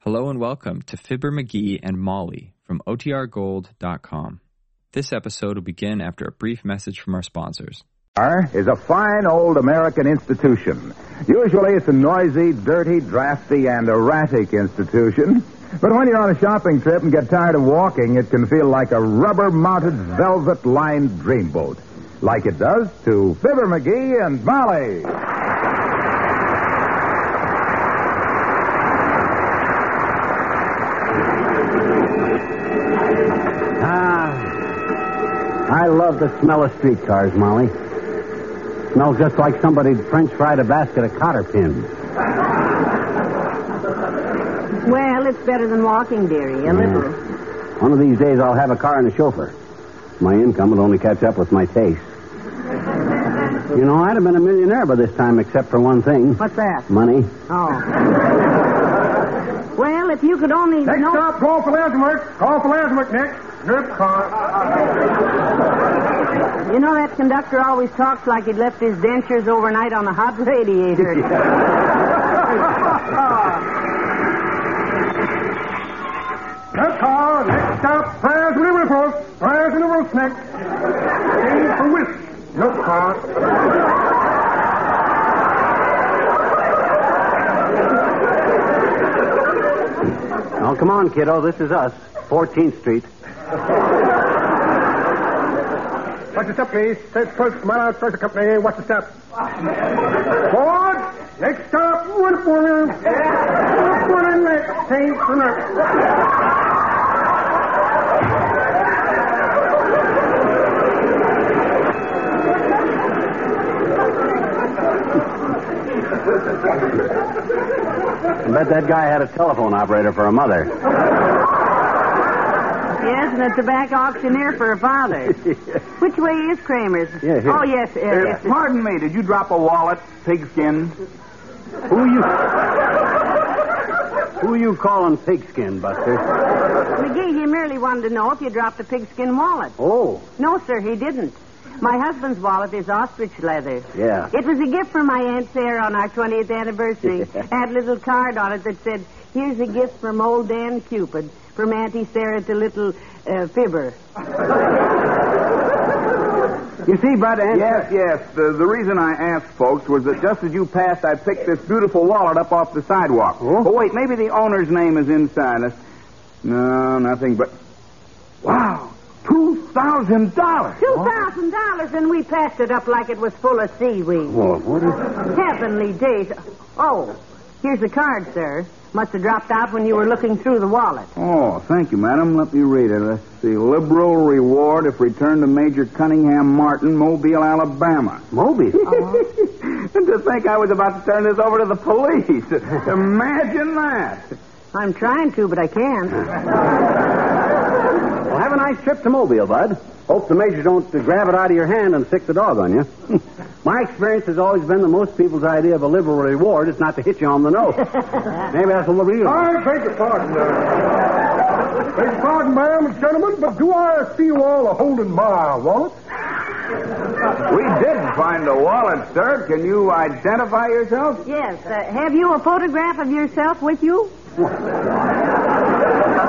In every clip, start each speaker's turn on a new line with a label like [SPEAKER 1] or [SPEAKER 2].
[SPEAKER 1] Hello and welcome to Fibber McGee and Molly from OTRGold.com. This episode will begin after a brief message from our sponsors.
[SPEAKER 2] Bar is a fine old American institution. Usually it's a noisy, dirty, drafty, and erratic institution. But when you're on a shopping trip and get tired of walking, it can feel like a rubber mounted, velvet lined dreamboat. Like it does to Fibber McGee and Molly.
[SPEAKER 3] Ah, I love the smell of streetcars, Molly. Smells just like somebody French fried a basket of cotter pins.
[SPEAKER 4] Well, it's better than walking, dearie. A little.
[SPEAKER 3] Mm. One of these days, I'll have a car and a chauffeur. My income would only catch up with my taste. You know, I'd have been a millionaire by this time, except for one thing
[SPEAKER 4] What's that?
[SPEAKER 3] money.
[SPEAKER 4] Oh. well, if you could only know.
[SPEAKER 2] call for Lanswick. Call for Lanswick, Nick. Drip car.
[SPEAKER 4] You know that conductor always talks like he'd left his dentures overnight on a hot radiator.
[SPEAKER 2] Drip car. Next stop, Prayers and Riverfolk. Prayers and Riverfolk, Nick. Change for Wisp. Drip car.
[SPEAKER 3] Oh, come on, kiddo. This is us. 14th Street.
[SPEAKER 2] What's the step, please? Says first, mile out first company. What's the step? Forward. Next stop, Woodburn. Woodburn Next Change for Nurse.
[SPEAKER 3] I bet that guy had a telephone operator for a mother.
[SPEAKER 4] yes, and a tobacco auctioneer for a father. Which way is Kramer's?
[SPEAKER 3] Yeah, here.
[SPEAKER 4] Oh, yes. Uh, it's the-
[SPEAKER 5] Pardon me, did you drop a wallet, pigskin?
[SPEAKER 3] Who you. Who you calling pigskin, Buster?
[SPEAKER 4] McGee, he merely wanted to know if you dropped a pigskin wallet.
[SPEAKER 3] Oh,
[SPEAKER 4] No, sir, he didn't. My husband's wallet is ostrich leather.
[SPEAKER 3] yeah.
[SPEAKER 4] It was a gift from my Aunt Sarah on our 20th anniversary. Had a little card on it that said, Here's a gift from old Dan Cupid, from Auntie Sarah to little uh, Fibber.
[SPEAKER 3] You see, Bud, Aunt
[SPEAKER 5] Yes, yes. The, the reason I asked, folks, was that just as you passed, I picked this beautiful wallet up off the sidewalk.
[SPEAKER 3] Oh?
[SPEAKER 5] But wait, maybe the owner's name is inside us. No, nothing but. Wow! $2,000!
[SPEAKER 4] $2,000, and we passed it up like it was full of seaweed.
[SPEAKER 3] Well, what is...
[SPEAKER 4] Heavenly days. Oh, here's the card, sir. Must have dropped out when you were looking through the wallet.
[SPEAKER 5] Oh, thank you, madam. Let me read it. Let's see. Liberal reward if returned to Major Cunningham Martin, Mobile, Alabama.
[SPEAKER 3] Moby.
[SPEAKER 5] Uh-huh. and to think I was about to turn this over to the police. Imagine that.
[SPEAKER 4] I'm trying to, but I can't.
[SPEAKER 3] Well, have a nice trip to Mobile, Bud. Hope the major don't uh, grab it out of your hand and stick the dog on you. My experience has always been that most people's idea of a liberal reward is not to hit you on the nose. Maybe that's a little real.
[SPEAKER 2] I beg your pardon, ma'am. beg your pardon, ma'am and gentlemen, but do I see you all a holding my wallet?
[SPEAKER 5] We did find the wallet, sir. Can you identify yourself?
[SPEAKER 4] Yes, uh, have you a photograph of yourself with you?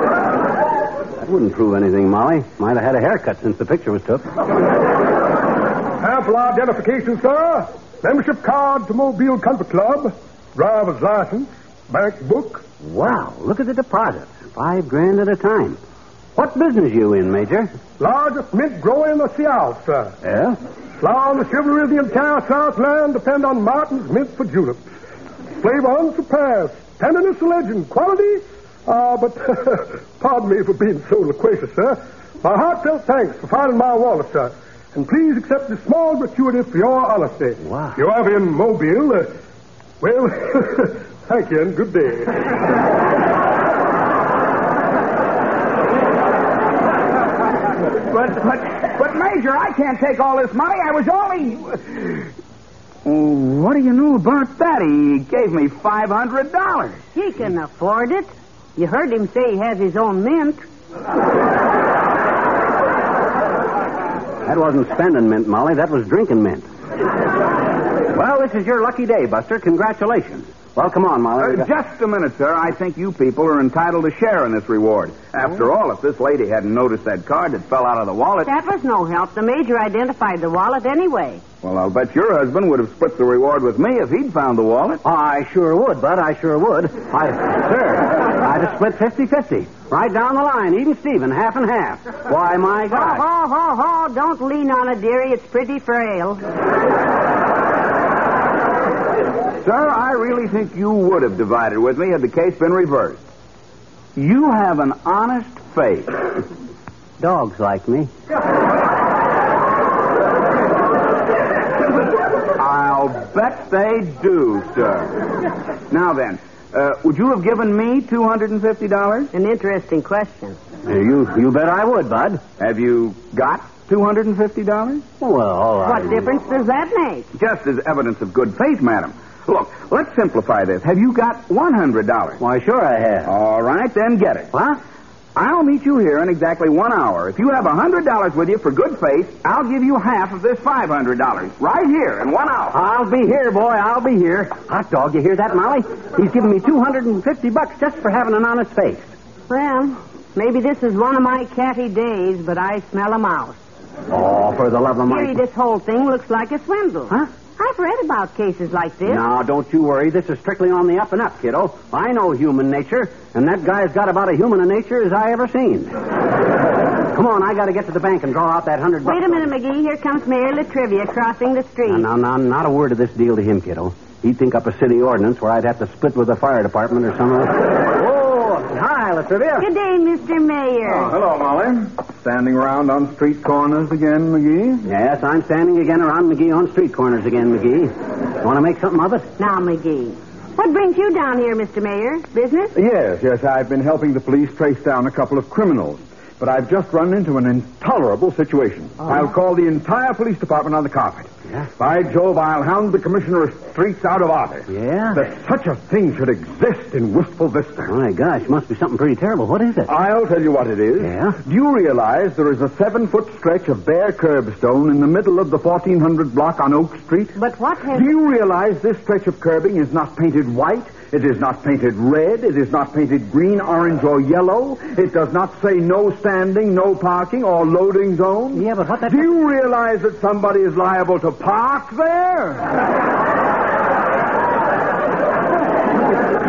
[SPEAKER 3] That wouldn't prove anything, Molly. Might have had a haircut since the picture was took.
[SPEAKER 2] Ample identification, sir. Membership card to Mobile Comfort Club. Driver's license. Bank book.
[SPEAKER 3] Wow, look at the deposits. Five grand at a time. What business you in, Major?
[SPEAKER 2] Largest mint grower in the South, sir.
[SPEAKER 3] Yeah?
[SPEAKER 2] Flower and the chivalry of the entire Southland depend on Martin's mint for juleps. Flavor unsurpassed. Tenderness a legend. Quality? Ah, but pardon me for being so loquacious, sir. My heartfelt thanks for finding my wallet, sir. And please accept this small gratuity for your honesty.
[SPEAKER 3] Wow.
[SPEAKER 2] You have in Mobile. Uh, well, thank you and good day.
[SPEAKER 5] But, but, but, Major, I can't take all this money. I was only. Oh, What do you know about that? He gave me five hundred dollars.
[SPEAKER 4] He can afford it. You heard him say he has his own mint.
[SPEAKER 3] That wasn't spending mint, Molly. That was drinking mint. well, this is your lucky day, Buster. Congratulations. Well, come on, Molly.
[SPEAKER 5] Uh,
[SPEAKER 3] We got-
[SPEAKER 5] just a minute, sir. I think you people are entitled to share in this reward. After all, if this lady hadn't noticed that card that fell out of the wallet,
[SPEAKER 4] That was no help. The major identified the wallet anyway.
[SPEAKER 5] well, I'll bet your husband would have split the reward with me if he'd found the wallet.
[SPEAKER 3] Oh, I sure would, Bud. I sure would. I, sir, I'd have split 50-50. Right down the line, even Steven, half and half. Why, my
[SPEAKER 4] Ho,
[SPEAKER 3] God.
[SPEAKER 4] ho, ho, ho. Don't lean on it, dearie. It's pretty frail.
[SPEAKER 5] Sir, I really think you would have divided with me had the case been reversed. You have an honest face.
[SPEAKER 3] Dogs like me.
[SPEAKER 5] I'll bet they do, sir. Now then, uh, would you have given me $250?
[SPEAKER 4] An interesting question.
[SPEAKER 3] You, you bet I would, Bud.
[SPEAKER 5] Have you got $250?
[SPEAKER 3] Well, all right.
[SPEAKER 4] What difference does that make?
[SPEAKER 5] Just as evidence of good faith, madam. Look, let's simplify this. Have you got $100?
[SPEAKER 3] Why, sure I have.
[SPEAKER 5] All right, then get it.
[SPEAKER 3] What?
[SPEAKER 5] I'll meet you here in exactly one hour. If you have $100 with you for good faith, I'll give you half of this $500 right here in one hour.
[SPEAKER 3] I'll be here, boy. I'll be here. Hot dog, you hear that, Molly? He's giving me 250 bucks just for having an honest face.
[SPEAKER 4] Well, maybe this is one of my catty days, but I smell a mouse.
[SPEAKER 3] Oh, for the love of
[SPEAKER 4] Dearie, this whole thing looks like a swindle.
[SPEAKER 3] Huh?
[SPEAKER 4] I've read about cases like this.
[SPEAKER 3] Now, don't you worry. This is strictly on the up and up, kiddo. I know human nature, and that guy's got about a human a nature as I ever seen. Come on, I got to get to the bank and draw out that hundred bucks.
[SPEAKER 4] Wait a minute, McGee. Here comes Mayor Latrivia crossing the street.
[SPEAKER 3] Now, now, now, not a word of this deal to him, kiddo. He'd think up a city ordinance where I'd have to split with the fire department or something. oh, hi, Latrivia.
[SPEAKER 4] Good day, Mr. Mayor.
[SPEAKER 2] hello, Molly. Standing around on street corners again, McGee?
[SPEAKER 3] Yes, I'm standing again around McGee on street corners again, McGee. Want to make something of it?
[SPEAKER 4] Now, McGee, what brings you down here, Mr. Mayor? Business?
[SPEAKER 2] Yes, yes. I've been helping the police trace down a couple of criminals. But I've just run into an intolerable situation. I'll call the entire police department on the carpet.
[SPEAKER 3] Yeah?
[SPEAKER 2] By Jove, I'll hound the commissioner of streets out of office.
[SPEAKER 3] Yeah?
[SPEAKER 2] That such a thing should exist in Wistful Vista.
[SPEAKER 3] My gosh, must be something pretty terrible. What is it?
[SPEAKER 2] I'll tell you what it is.
[SPEAKER 3] Yeah?
[SPEAKER 2] Do you realize there is a seven foot stretch of bare curbstone in the middle of the 1400 block on Oak Street?
[SPEAKER 4] But what has...
[SPEAKER 2] Do you realize this stretch of curbing is not painted white? It is not painted red. It is not painted green, orange, or yellow. It does not say no standing, no parking, or loading zone.
[SPEAKER 3] Yeah, but what that...
[SPEAKER 2] Do you realize that somebody is liable to park there?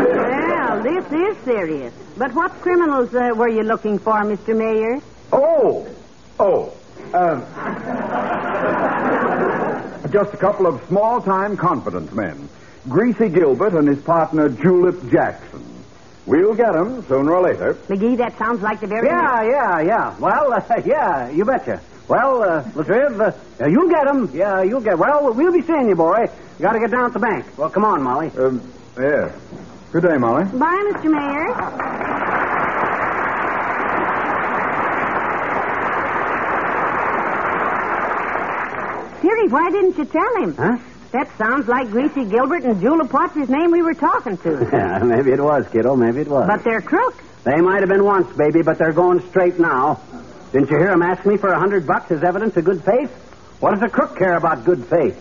[SPEAKER 4] Well, this is serious. But what criminals uh, were you looking for, Mr. Mayor?
[SPEAKER 2] Oh, oh. Um, just a couple of small time confidence men Greasy Gilbert and his partner, Julep Jackson. We'll get 'em sooner or later.
[SPEAKER 4] McGee, that sounds like the very...
[SPEAKER 3] Yeah, yeah, yeah. Well, uh, yeah, you betcha. Well, uh, Latriv, uh, you'll get 'em. Yeah, you'll get... Well, we'll be seeing you, boy. You got to get down at the bank. Well, come on, Molly.
[SPEAKER 2] Um, yeah. Good day, Molly.
[SPEAKER 4] Bye, Mr. Mayor. Dearie, why didn't you tell him?
[SPEAKER 3] Huh?
[SPEAKER 4] That sounds like Greasy Gilbert and Julep, what's his name, we were talking to.
[SPEAKER 3] Yeah, maybe it was, kiddo. Maybe it was.
[SPEAKER 4] but they're crooks.
[SPEAKER 3] They might have been once, baby, but they're going straight now. Didn't you hear 'em ask me for a hundred bucks as evidence of good faith? What does a crook care about good faith?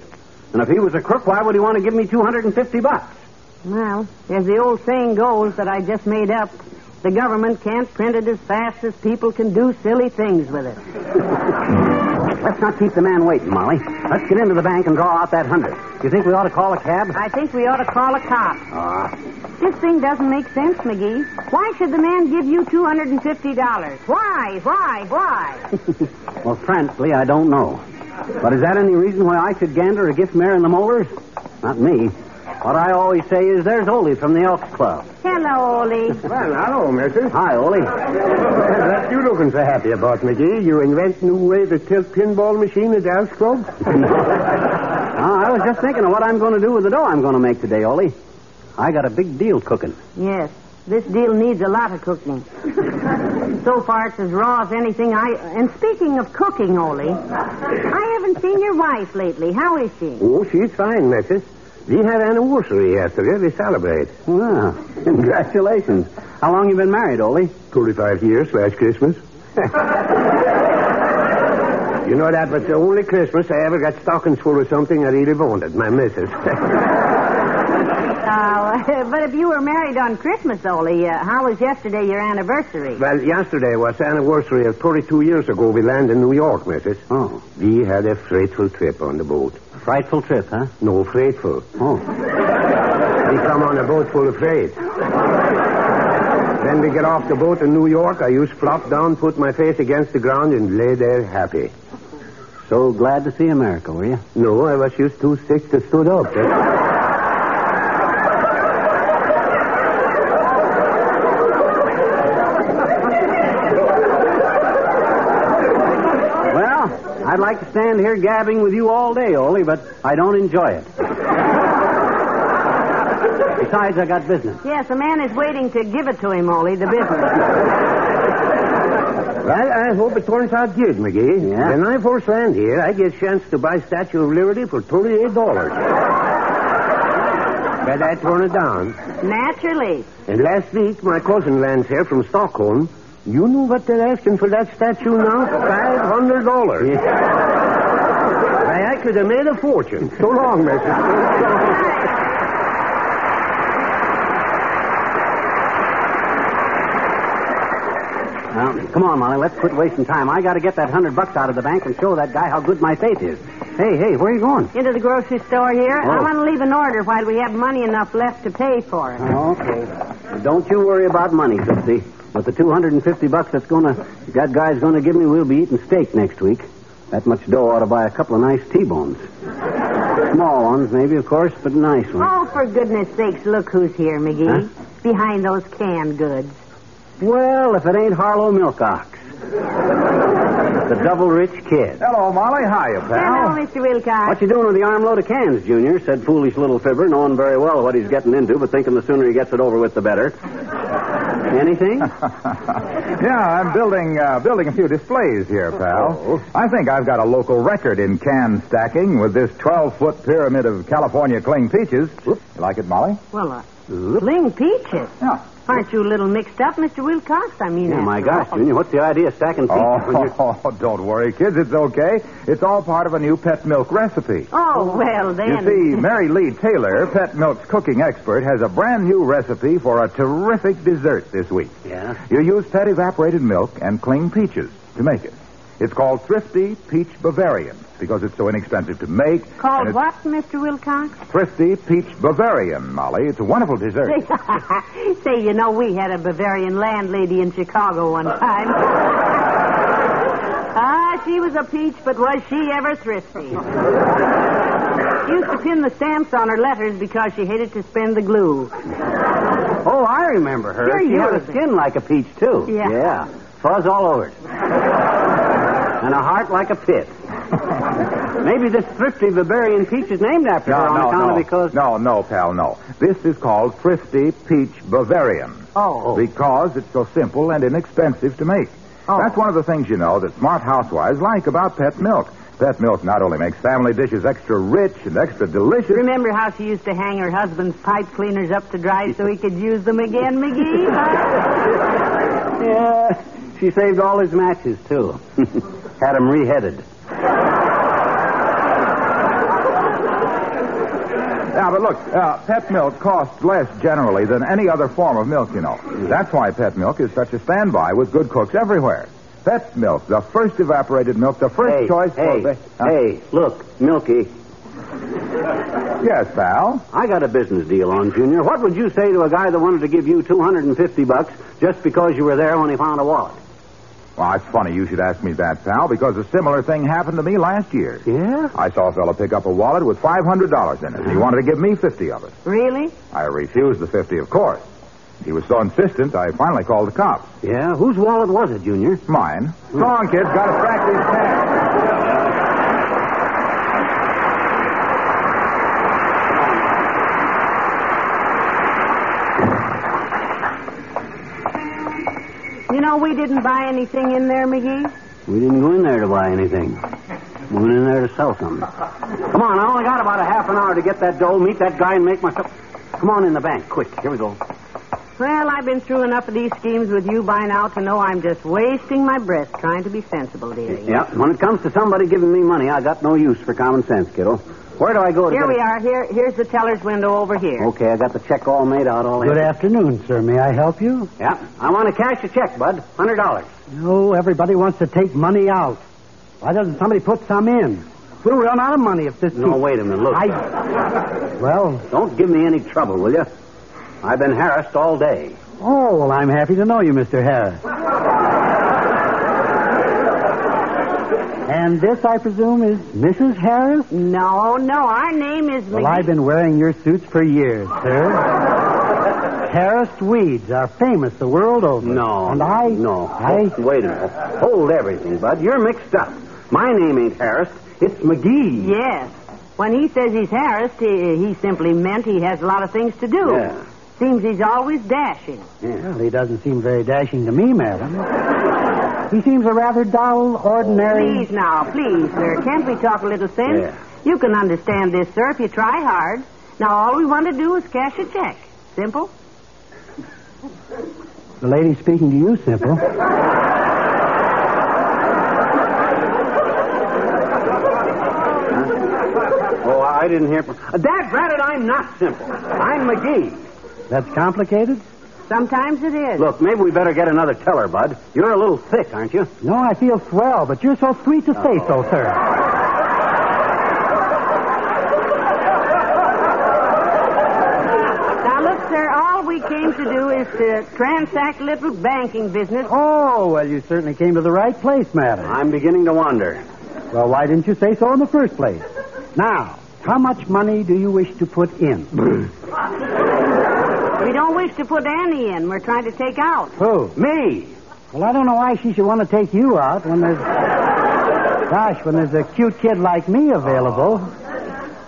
[SPEAKER 3] And if he was a crook, why would he want to give me two hundred and fifty bucks?
[SPEAKER 4] Well, as the old saying goes that I just made up, the government can't print it as fast as people can do silly things with it.
[SPEAKER 3] Let's not keep the man waiting, Molly. Let's get into the bank and draw out that hundred. You think we ought to call a cab?
[SPEAKER 4] I think we ought to call a cop.
[SPEAKER 3] Ah,
[SPEAKER 4] This thing doesn't make sense, McGee. Why should the man give you $250? Why, why, why?
[SPEAKER 3] well, frankly, I don't know. But is that any reason why I should gander a gift mare in the molars? Not me. What I always say is, there's Ole from the Elks Club.
[SPEAKER 4] Hello, Ollie.
[SPEAKER 2] Well, hello, mister.
[SPEAKER 3] Hi, Ole. that you looking so happy about, McGee? You invent new way to tilt pinball machine at Al's Club? I was just thinking of what I'm going to do with the dough I'm going to make today, Ole. I got a big deal cooking.
[SPEAKER 4] Yes, this deal needs a lot of cooking. so far, it's as raw as anything I. And speaking of cooking, Ollie, I haven't seen your wife lately. How is she?
[SPEAKER 3] Oh, she's fine, Mrs. We had anniversary yesterday. We celebrate. Wow. Congratulations. How long you been married, Ole? 25 years last Christmas. you know, that was the only Christmas I ever got stockings full of something I really wanted, my missus.
[SPEAKER 4] Uh, but if you were married on Christmas, Ole, uh, how was yesterday your anniversary?
[SPEAKER 6] Well, yesterday was the anniversary of 22 years ago we landed in New York, Mrs.
[SPEAKER 3] Oh.
[SPEAKER 6] We had a frightful trip on the boat.
[SPEAKER 3] Frightful trip, huh?
[SPEAKER 6] No, frightful.
[SPEAKER 3] Oh.
[SPEAKER 6] We come on a boat full of freight. then we get off the boat in New York. I used flop down, put my face against the ground, and lay there happy.
[SPEAKER 3] So glad to see America, were you?
[SPEAKER 6] No, I was used too sick to stood up. eh?
[SPEAKER 3] Well, I'd like to stand here gabbing with you all day, Ole, but I don't enjoy it. Besides, I got business.
[SPEAKER 4] Yes, a man is waiting to give it to him, Ole, the business.
[SPEAKER 6] Well, I hope it turns out good, McGee.
[SPEAKER 3] Yeah?
[SPEAKER 6] When I first land here, I get a chance to buy Statue of Liberty for $38. but I turn it down.
[SPEAKER 4] Naturally.
[SPEAKER 6] And last week, my cousin lands here from Stockholm. You know what they're asking for that statue now? $500. Why, I could have made a fortune. So long, Mrs.
[SPEAKER 3] Now, come on, Molly, let's quit wasting time. I got to get that hundred bucks out of the bank and show that guy how good my faith is. Hey, hey, where are you going?
[SPEAKER 4] Into the grocery store here. I
[SPEAKER 3] Oh.
[SPEAKER 4] want to leave an order while we have money enough left to pay for it.
[SPEAKER 3] Oh, Okay. Don't you worry about money, Tootsie. With the 250 bucks that's gonna, that guy's gonna give me, we'll be eating steak next week. That much dough ought to buy a couple of nice T-bones. Small ones, maybe, of course, but nice ones.
[SPEAKER 4] Oh, for goodness sakes, look who's here, McGee. Behind those canned goods.
[SPEAKER 3] Well, if it ain't Harlow Milcox. the double rich kid.
[SPEAKER 2] Hello, Molly. Hiya, pal.
[SPEAKER 4] Hello, Mr. Wilcox.
[SPEAKER 3] What you doing with the armload of cans, Junior? Said foolish little fibber, knowing very well what he's getting into, but thinking the sooner he gets it over with, the better. Anything?
[SPEAKER 2] yeah, I'm building uh, building a few displays here, pal.
[SPEAKER 3] Oh.
[SPEAKER 2] I think I've got a local record in can stacking with this 12 foot pyramid of California cling peaches. You like it, Molly?
[SPEAKER 4] Well, uh, Ling Peaches.
[SPEAKER 2] Yeah.
[SPEAKER 4] Aren't you a little mixed up, Mr. Wilcox? I mean, uh,
[SPEAKER 3] Yeah, Oh, my
[SPEAKER 4] after
[SPEAKER 3] gosh,
[SPEAKER 4] all.
[SPEAKER 3] Junior, what's the idea of stacking feet? when you're-
[SPEAKER 2] Oh, don't worry, kids. It's okay. It's all part of a new pet milk recipe.
[SPEAKER 4] Oh, well,
[SPEAKER 2] You
[SPEAKER 4] then.
[SPEAKER 2] see, Mary Lee Taylor, Pet Milk's cooking expert, has a brand new recipe for a terrific dessert this week.
[SPEAKER 3] Yeah?
[SPEAKER 2] You use pet evaporated milk and cling peaches to make it. It's called Thrifty Peach Bavarian because it's so inexpensive to make. and
[SPEAKER 4] Called
[SPEAKER 2] it's
[SPEAKER 4] what, Mr. Wilcox?
[SPEAKER 2] Thrifty Peach Bavarian, Molly. It's a wonderful dessert.
[SPEAKER 4] Say, you know, we had a Bavarian landlady in Chicago one time. ah, she was a peach, but was she ever thrifty? Used to pin the stamps on her letters because she hated to spend the glue.
[SPEAKER 3] Oh, I remember her.
[SPEAKER 4] Sure
[SPEAKER 3] she
[SPEAKER 4] you
[SPEAKER 3] had a
[SPEAKER 4] do.
[SPEAKER 3] skin like a peach, too.
[SPEAKER 4] Yeah.
[SPEAKER 3] Fuzz all over it. and a heart like a pit. Maybe this thrifty Bavarian peach is named after her
[SPEAKER 2] no,
[SPEAKER 3] on
[SPEAKER 2] no,
[SPEAKER 3] account
[SPEAKER 2] no.
[SPEAKER 3] of because...
[SPEAKER 2] No, no, pal, no. This is called Thrifty Peach Bavarian.
[SPEAKER 3] Oh.
[SPEAKER 2] Because it's so simple and inexpensive to make.
[SPEAKER 3] Oh.
[SPEAKER 2] That's one of the things, you know, that smart housewives like about pet milk. Pet milk not only makes family dishes extra rich and extra delicious.
[SPEAKER 4] Remember how she used to hang her husband's pipe cleaners up to dry so he could use them again, McGee? huh?
[SPEAKER 3] Yeah. She saved all his matches, too. Had him reheaded.
[SPEAKER 2] Now, but look, uh, pet milk costs less generally than any other form of milk, you know.
[SPEAKER 3] Mm.
[SPEAKER 2] That's why pet milk is such a standby with good cooks everywhere. Pet milk, the first evaporated milk, the first
[SPEAKER 3] Hey,
[SPEAKER 2] choice
[SPEAKER 3] hey,
[SPEAKER 2] for the. Huh?
[SPEAKER 3] hey, look, Milky,
[SPEAKER 2] Yes, pal.
[SPEAKER 3] I got a business deal on, Junior. What would you say to a guy that wanted to give you 250 bucks just because you were there when he found a wallet?
[SPEAKER 2] Well, it's funny you should ask me that, pal, because a similar thing happened to me last year.
[SPEAKER 3] Yeah?
[SPEAKER 2] I saw a fella pick up a wallet with five hundred dollars in it, and he wanted to give me fifty of it.
[SPEAKER 4] really?
[SPEAKER 2] I refused the fifty, of course. He was so insistent, I finally called the cops.
[SPEAKER 3] Yeah? Whose wallet was it, Junior?
[SPEAKER 2] Mine. Come on, kids, gotta track these pants.
[SPEAKER 4] You know, we didn't buy anything in there, McGee.
[SPEAKER 3] We didn't go in there to buy anything. We went in there to sell something. Come on, I only got about a half an hour to get that dough, meet that guy, and make myself. Come on in the bank, quick. Here we go.
[SPEAKER 4] Well, I've been through enough of these schemes with you by now to know I'm just wasting my breath trying to be sensible, dearie.
[SPEAKER 3] Yeah, when it comes to somebody giving me money, I got no use for common sense, kiddo. Where do I go to
[SPEAKER 4] Here
[SPEAKER 3] get
[SPEAKER 4] we
[SPEAKER 3] it?
[SPEAKER 4] are. Here, here's the teller's window over here.
[SPEAKER 3] Okay, I got the check all made out, all in.
[SPEAKER 5] Good afternoon, sir. May I help you?
[SPEAKER 3] Yeah, I want to cash the check, bud. Hundred dollars.
[SPEAKER 5] No, everybody wants to take money out. Why doesn't somebody put some in? We'll run out of money if this.
[SPEAKER 3] No,
[SPEAKER 5] keeps-
[SPEAKER 3] wait a minute. Look,
[SPEAKER 5] I. Well,
[SPEAKER 3] don't give me any trouble, will you? I've been harassed all day.
[SPEAKER 5] oh, well, I'm happy to know you, Mr. Harris. and this, I presume, is Mrs. Harris?
[SPEAKER 4] No, no, our name is
[SPEAKER 5] Well,
[SPEAKER 4] McGee.
[SPEAKER 5] I've been wearing your suits for years, sir. Terraced weeds are famous the world over.
[SPEAKER 3] No.
[SPEAKER 5] And I.
[SPEAKER 3] No.
[SPEAKER 5] I.
[SPEAKER 3] Oh, wait a minute. Hold everything, Bud. You're mixed up. My name ain't Harris. It's McGee.
[SPEAKER 4] Yes. When he says he's harassed, he, he simply meant he has a lot of things to do.
[SPEAKER 3] Yeah.
[SPEAKER 4] Seems he's always dashing.
[SPEAKER 5] Well, he doesn't seem very dashing to me, madam. he seems a rather dull, ordinary.
[SPEAKER 4] Please now, please, sir. Can't we talk a little sense?
[SPEAKER 3] Yeah.
[SPEAKER 4] You can understand this, sir, if you try hard. Now, all we want to do is cash a check. Simple?
[SPEAKER 5] The lady speaking to you, simple.
[SPEAKER 3] Oh, I I didn't hear from. Dad, granted, I'm not simple. I'm McGee.
[SPEAKER 5] That's complicated?
[SPEAKER 4] Sometimes it is.
[SPEAKER 3] Look, maybe we better get another teller, Bud. You're a little thick, aren't you?
[SPEAKER 5] No, I feel swell, but you're so sweet to say so, sir.
[SPEAKER 4] Now, look, sir, all we came to do is to transact little banking business.
[SPEAKER 5] Oh, well, you certainly came to the right place, madam.
[SPEAKER 3] I'm beginning to wonder.
[SPEAKER 5] Well, why didn't you say so in the first place? Now, how much money do you wish to put in?
[SPEAKER 4] We don't wish to put Annie in. We're trying to take out.
[SPEAKER 5] Who?
[SPEAKER 3] Me?
[SPEAKER 5] Well, I don't know why she should want to take you out when there's. Gosh, when there's a cute kid like me available.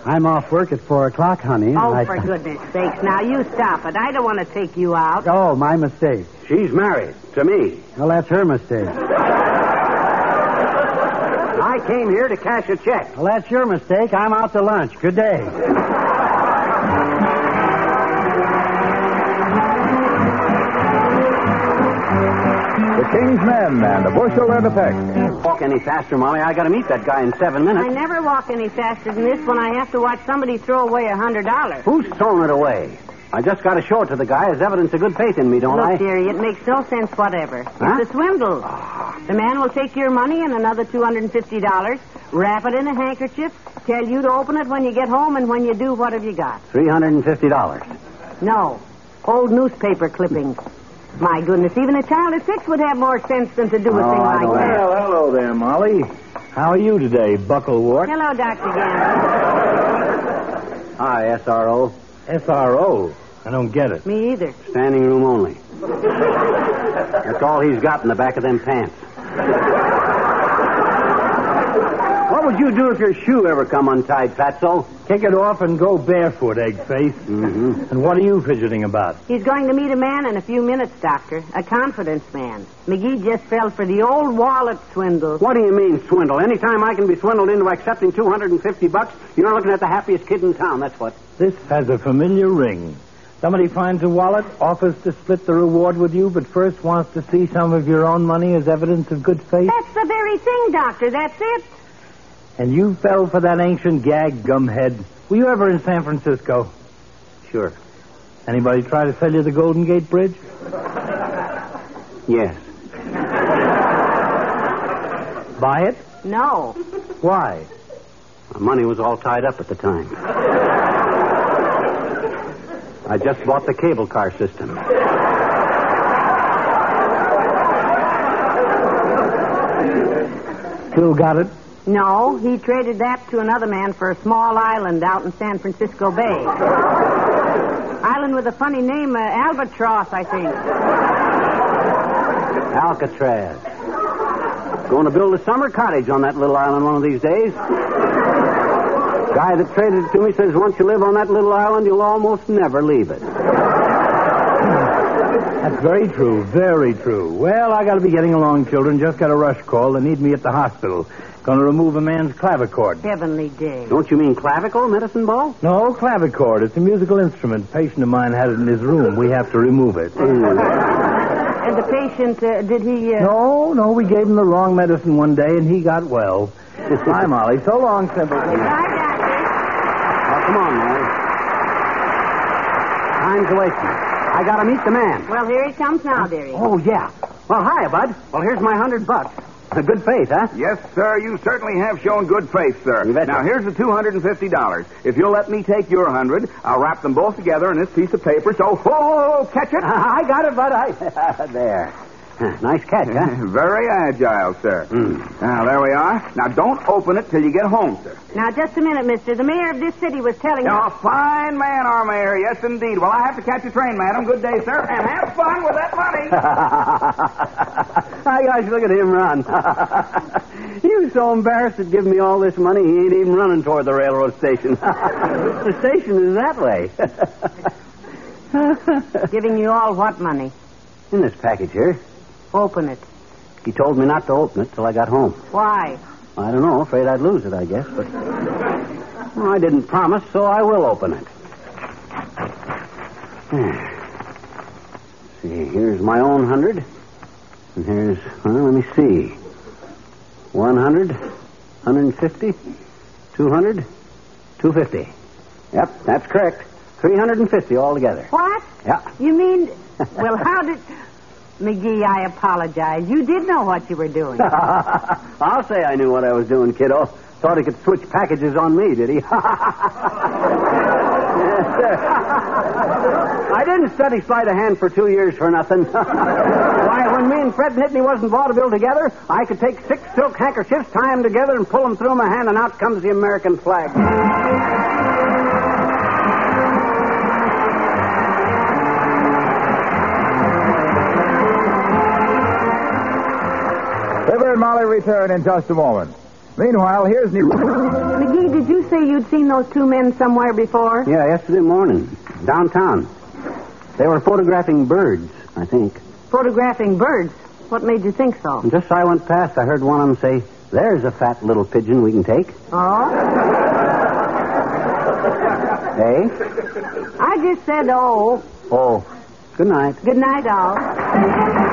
[SPEAKER 5] I'm off work at 4 o'clock, honey. and
[SPEAKER 4] Oh,
[SPEAKER 5] I-
[SPEAKER 4] for goodness sakes. Now, you stop it. I don't want to take you out.
[SPEAKER 5] Oh, my mistake.
[SPEAKER 3] She's married to me.
[SPEAKER 5] Well, that's her mistake.
[SPEAKER 3] I came here to cash a check.
[SPEAKER 5] Well, that's your mistake. I'm out to lunch. Good day.
[SPEAKER 7] The King's Men and a Bushel and a Peck.
[SPEAKER 3] Walk any faster, Molly. I got to meet that guy in seven
[SPEAKER 4] I
[SPEAKER 3] minutes.
[SPEAKER 4] never walk any faster than this when I have to watch somebody throw away a hundred dollars.
[SPEAKER 3] Who's thrown it away? I just got to show it to the guy as evidence of good faith in me, don't I?
[SPEAKER 4] Look, dearie, it makes no sense whatever.
[SPEAKER 3] Huh?
[SPEAKER 4] It's a swindle. The man will take your money and another two hundred and fifty dollars, wrap it in a handkerchief, tell you to open it when you get home, and when you do, what have you got?
[SPEAKER 3] Three hundred and fifty dollars.
[SPEAKER 4] No, old newspaper clippings. My goodness, even a child at six would have more sense than to do a
[SPEAKER 3] Oh,
[SPEAKER 4] thing
[SPEAKER 3] I
[SPEAKER 4] like
[SPEAKER 3] don't
[SPEAKER 4] that.
[SPEAKER 3] know.
[SPEAKER 2] hello there, Molly. How are you today, Bucklewart?
[SPEAKER 4] Hello, Doctor Gamble.
[SPEAKER 3] Hi, SRO.
[SPEAKER 2] SRO. I don't get it.
[SPEAKER 4] Me either.
[SPEAKER 3] Standing room only. That's all he's got in the back of them pants. what would you do if your shoe ever come untied, Fatso?
[SPEAKER 2] Kick it off and go barefoot, egg face. Mm-hmm. And what are you fidgeting about?
[SPEAKER 4] He's going to meet a man in a few minutes, Doctor. A confidence man. McGee just fell for the old wallet swindle.
[SPEAKER 3] What do you mean, swindle? Anytime I can be swindled into accepting 250 bucks, you're looking at the happiest kid in town, that's what.
[SPEAKER 2] This has a familiar ring. Somebody finds a wallet, offers to split the reward with you, but first wants to see some of your own money as evidence of good faith.
[SPEAKER 4] That's the very thing, Doctor. That's it.
[SPEAKER 2] And you fell for that ancient gag, gumhead. Were you ever in San Francisco?
[SPEAKER 3] Sure.
[SPEAKER 2] Anybody try to sell you the Golden Gate Bridge?
[SPEAKER 3] Yes.
[SPEAKER 2] Buy it?
[SPEAKER 4] No.
[SPEAKER 2] Why?
[SPEAKER 3] My money was all tied up at the time. I just bought the cable car system.
[SPEAKER 2] Still got it?
[SPEAKER 4] No, he traded that to another man for a small island out in San Francisco Bay. island with a funny name, uh, Albatross, I think.
[SPEAKER 3] Alcatraz. Going to build a summer cottage on that little island one of these days. Guy that traded it to me says once you live on that little island, you'll almost never leave it.
[SPEAKER 2] That's very true, very true. Well, I gotta be getting along, children. Just got a rush call. They need me at the hospital. Gonna remove a man's clavichord.
[SPEAKER 4] Heavenly day.
[SPEAKER 3] Don't you mean clavicle, medicine ball?
[SPEAKER 2] No, clavichord. It's a musical instrument. patient of mine had it in his room. We have to remove it.
[SPEAKER 3] Oh,
[SPEAKER 4] And the patient, uh, did he. Uh...
[SPEAKER 2] No, no, we gave him the wrong medicine one day, and he got well. Bye, Molly. So long, Simple.
[SPEAKER 4] Bye, Doctor.
[SPEAKER 3] Now, come on, Mary. Time's a wasting. I gotta meet the man.
[SPEAKER 4] Well, here he comes now, dearie.
[SPEAKER 3] Oh, yeah. Well, hi, bud. Well, here's my hundred bucks. A good faith, huh?
[SPEAKER 2] Yes, sir. You certainly have shown good faith, sir.
[SPEAKER 3] You betcha.
[SPEAKER 2] Now here's the two hundred and fifty dollars. If you'll let me take your hundred, I'll wrap them both together in this piece of paper. So, whoa, catch it!
[SPEAKER 3] I got it, bud. I... there. Nice catch, huh?
[SPEAKER 2] Very agile, sir.
[SPEAKER 3] Hmm.
[SPEAKER 2] Now there we are. Now don't open it till you get home, sir.
[SPEAKER 4] Now, just a minute, mister. The mayor of this city was telling
[SPEAKER 2] You're a fine man, our mayor. Yes, indeed. Well, I have to catch a train, madam. Good day, sir, and have fun with that money.
[SPEAKER 3] My gosh, look at him run. he was so embarrassed at giving me all this money, he ain't even running toward the railroad station. the station is that way.
[SPEAKER 4] me... Giving you all what money?
[SPEAKER 3] In this package here,
[SPEAKER 4] Open it.
[SPEAKER 3] he told me not to open it till I got home.
[SPEAKER 4] Why?
[SPEAKER 3] I don't know, afraid I'd lose it, I guess, but. Well, I didn't promise, so I will open it. There. See, here's my own hundred. And here's, well, let me see. 100, 150, 200, 250. Yep, that's correct. 350 altogether.
[SPEAKER 4] What?
[SPEAKER 3] Yeah.
[SPEAKER 4] You mean... Well, how did... McGee, I apologize. You did know what you were doing.
[SPEAKER 3] I'll say I knew what I was doing, kiddo. Thought he could switch packages on me, did he? Yes, sir. I didn't study sleight of hand for two years for nothing. Why, when me and Fred Nittany wasn't vaudeville together, I could take six silk handkerchiefs, tie 'em together, and pull 'em through my hand, and out comes the American flag.
[SPEAKER 2] River and Molly return in just a moment. Meanwhile, here's New.
[SPEAKER 4] McGee, did you say you'd seen those two men somewhere before?
[SPEAKER 3] Yeah, yesterday morning, downtown. They were photographing birds, I think.
[SPEAKER 4] Photographing birds. What made you think so?
[SPEAKER 3] And just as I went past, I heard one of them say, There's a fat little pigeon we can take.
[SPEAKER 4] Oh?
[SPEAKER 3] Eh?
[SPEAKER 4] I just said, oh.
[SPEAKER 3] Oh, good night.
[SPEAKER 4] Good night, all.